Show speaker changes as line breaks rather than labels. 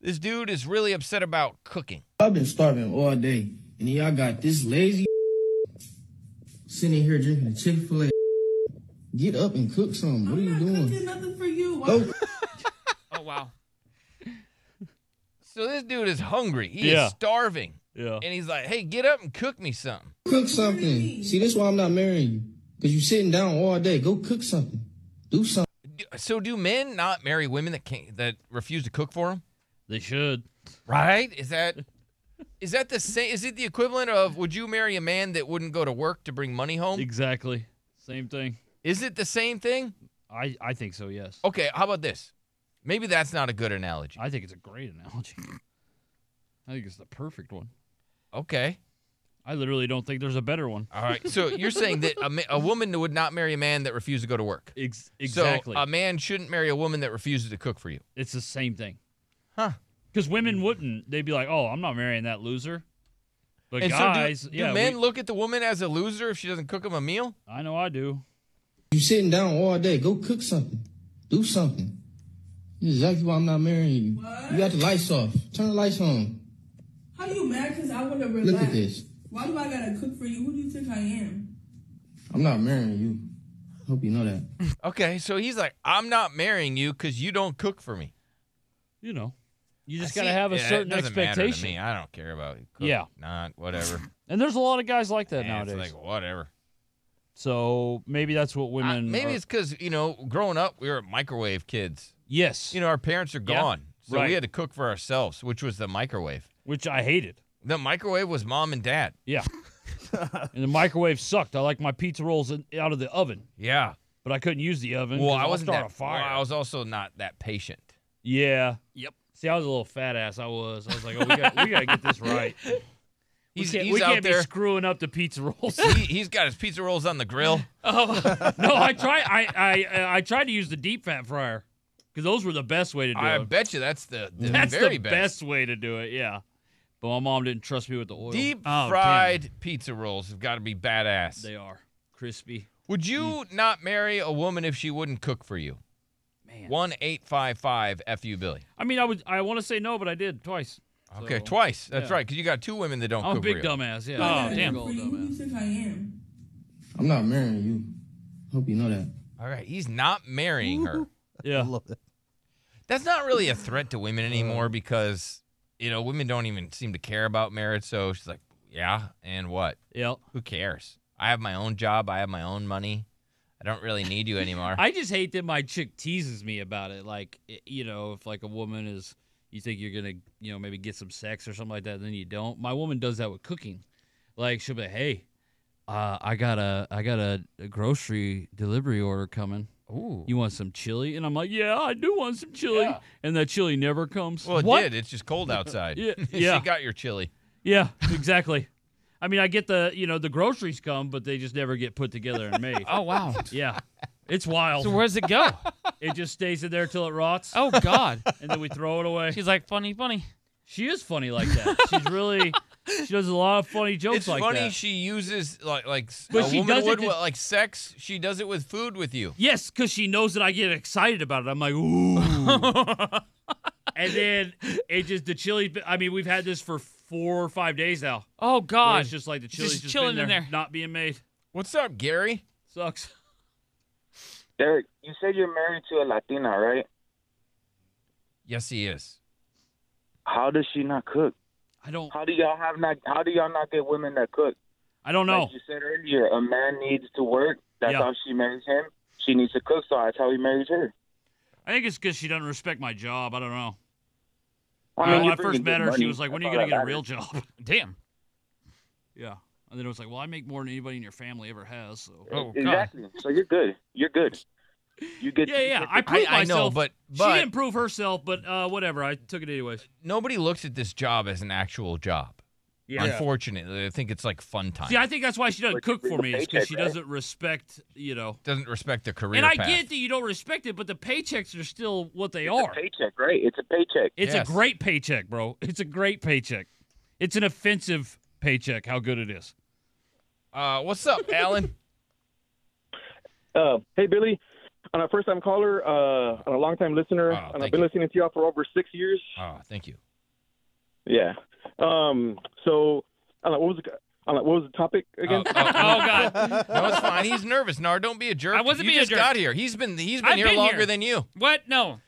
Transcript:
This dude is really upset about cooking.
I've been starving all day, and y'all got this lazy sitting here drinking Chick Fil A. Get up and cook some. What are you doing?
nothing for you.
Go.
Oh wow.
So this dude is hungry. He
Yeah. Uh.
is starving.
Yeah.
And he's like, hey, get up and cook me something.
cook something. See, this why I'm not marrying you. Because you sitting down all day. Go cook something. Do something.
D- So do men not marry women that can't that refuse to cook for them?
They should.
Right? Is that is that the same? Is it the equivalent of would you marry a man that wouldn't go to work to bring money home?
Exactly. Same thing.
Is it the same thing?
I I think so. Yes.
Okay, how about this? Maybe that's not a good analogy.
I think it's a great analogy. I think it's the perfect one.
Okay,
I literally don't think there's a better one.
all right. So you're saying that a, ma- a woman would not marry a man that refused to go to work.
Ex- exactly.
So um, a man shouldn't marry a woman that refuses to cook for you.
it's the same thing.
Huh.
Because women wouldn't. They'd be like, "Oh, I'm not marrying that loser." But
and
guys,
so do, do
yeah,
men
we-
look at the woman as a loser if she doesn't cook him a meal?
I know I do.
You sitting down all day. Go cook something. Do something. This is exactly why I'm not marrying you. You got the lights off. Turn the lights on.
How you mad? Cause I want to relax.
Look at this.
Why do I gotta cook for you? Who do you think I am?
I'm not marrying you. Hope you know that.
Okay, so he's like, I'm not marrying you because you don't cook for me.
You know, you just
I
gotta
see-
have a
yeah, it
certain
doesn't matter to
expectation.
me. I don't care about you. Cook,
Yeah.
not whatever.
And there's a lot of guys like that
Yeah,
nowadays.
It's like whatever.
so maybe that's what
I-
women.
maybe
are-
it's because you know, growing up, we were microwave kids.
yes,
You know, our parents are
Yeah,
gone, so
right.
we had to cook for ourselves, which was the microwave.
which I hated.
The microwave was mom and dad.
Yeah. and the microwave sucked. I like my pizza rolls in, out of the oven,
Yeah.
but I couldn't use the oven.
Well,
'cause
I
I'll
wasn't
start
that.
a fire.
well, I was also not that patient.
yeah. Yep. See, I was a little fat ass. I was. I was like, oh, we got we gotta get this right.
He's,
we can't,
he's
we
out
can't
there.
be screwing up the pizza rolls.
he, he's got his pizza rolls on the grill.
oh, no, I try. I I I tried to use the deep fat fryer because those were the best way to do
I
it.
bet you that's the, the
That's
very
the best. way to do it. Yeah. But my mom didn't trust me with the oil.
Deep
Oh, damn.
fried pizza rolls have got to be badass.
They are crispy.
Would you not marry a woman if she wouldn't cook for you?
Man.
One eight five five fu Billy.
I mean, I would. I want to say no, but I did twice.
Okay,
So,
twice. That's
yeah.
right, because you got two women that don't
I'm a
cook
big
for you.
dumbass.
Why
Yeah.
do I
Oh
gotta
damn.
cook for you? Who do you think I am?
I'm not marrying you. Hope you know that.
All right, he's not marrying her.
Yeah.
That's not really a threat to
Uh.
women anymore because you know women don't even seem to care about marriage. So she's like, yeah, and what?
Yeah.
Who cares? I have my own job. I have my own money. I don't really need you anymore.
I just hate that my chick teases me about it. Like, i- you know, if like a woman is, you think you're gonna, you know, maybe get some sex or something like that, and then you don't. My woman does that with cooking. Like, she'll be, like, hey, uh, I got a, I got a, a grocery delivery order coming.
Ooh.
You want some chili? And I'm like, yeah, I do want some chili. And that chili never comes.
well, it
What?
did. It's just cold outside.
Yeah, yeah.
she got your chili.
Yeah, exactly. I mean, I get the, you know, the groceries come, but they just never get put together and made.
Oh wow.
Yeah. It's wild.
So where does it go?
It just stays in there till it rots.
Oh God.
and then we throw it away.
She's like funny, funny.
She is funny like that. She's really she does a lot of funny jokes
It's
like
funny
that.
she uses like like
But
a
she
woman
does it
would
to-
with, like sex. She does it with food with you.
yes, because she knows that I get excited about it. I'm like, ooh. and then it just the chili. I mean, we've had this for four or five days now.
Oh
where
God.
It's just like the chili's
Just
just,
chilling
been
in there.
not being made.
What's up, Gary?
Sucks.
Derek, you said you're married to a Latina, right?
Yes, he is.
How does she not cook?
I don't.
How do y'all have not? How do y'all not get women that cook?
I don't know.
Like you said earlier, a man needs to work. That's
Yeah.
how she marries him. She needs to cook, so that's how he marries her.
I think it's because she doesn't respect my job. I don't know.
I
when
you're
I first
bringing
met
good
her, she
money.
was like, "When are
That's
you gonna
all
get a
that
real
matters.
job?"
Damn.
yeah. And then it was like, "Well, I make more than anybody in your family ever has." So.
Oh, God.
Exactly. So you're good. You're good. You get.
Yeah,
you
yeah.
get
I
the-
proved
I know,
myself.
but-
she
but-
didn't prove herself. But uh, whatever. I took it anyways.
Nobody looks at this job as an actual job. Unfortunately, I think it's like fun time.
See, I think that's why she doesn't
But you
cook for
bring
me.
the
Is because
paycheck,
she
right?
doesn't respect. You know.
Doesn't respect the career.
And I
path.
get that you don't respect it, but the paychecks are still what they
it's
are.
a paycheck, right? It's a paycheck.
It's
Yes.
a great paycheck, bro. It's a great paycheck. It's an offensive paycheck. How good it is.
Uh, what's up, Alan?
Uh, hey Billy,
I'm a first time caller, uh, and a long time listener,
Oh,
and
thank
I've been
you.
listening to y'all for over six years.
Oh, thank you.
Yeah. Um. So, I don't know, what was the, I don't know, what was the topic again?
Oh,
Oh God!
No, it's fine. He's nervous. Nard, don't be a jerk.
I wasn't
you
being a
just
jerk.
got here. He's been he's been
I've
here
been
longer
here.
than you.
What? No.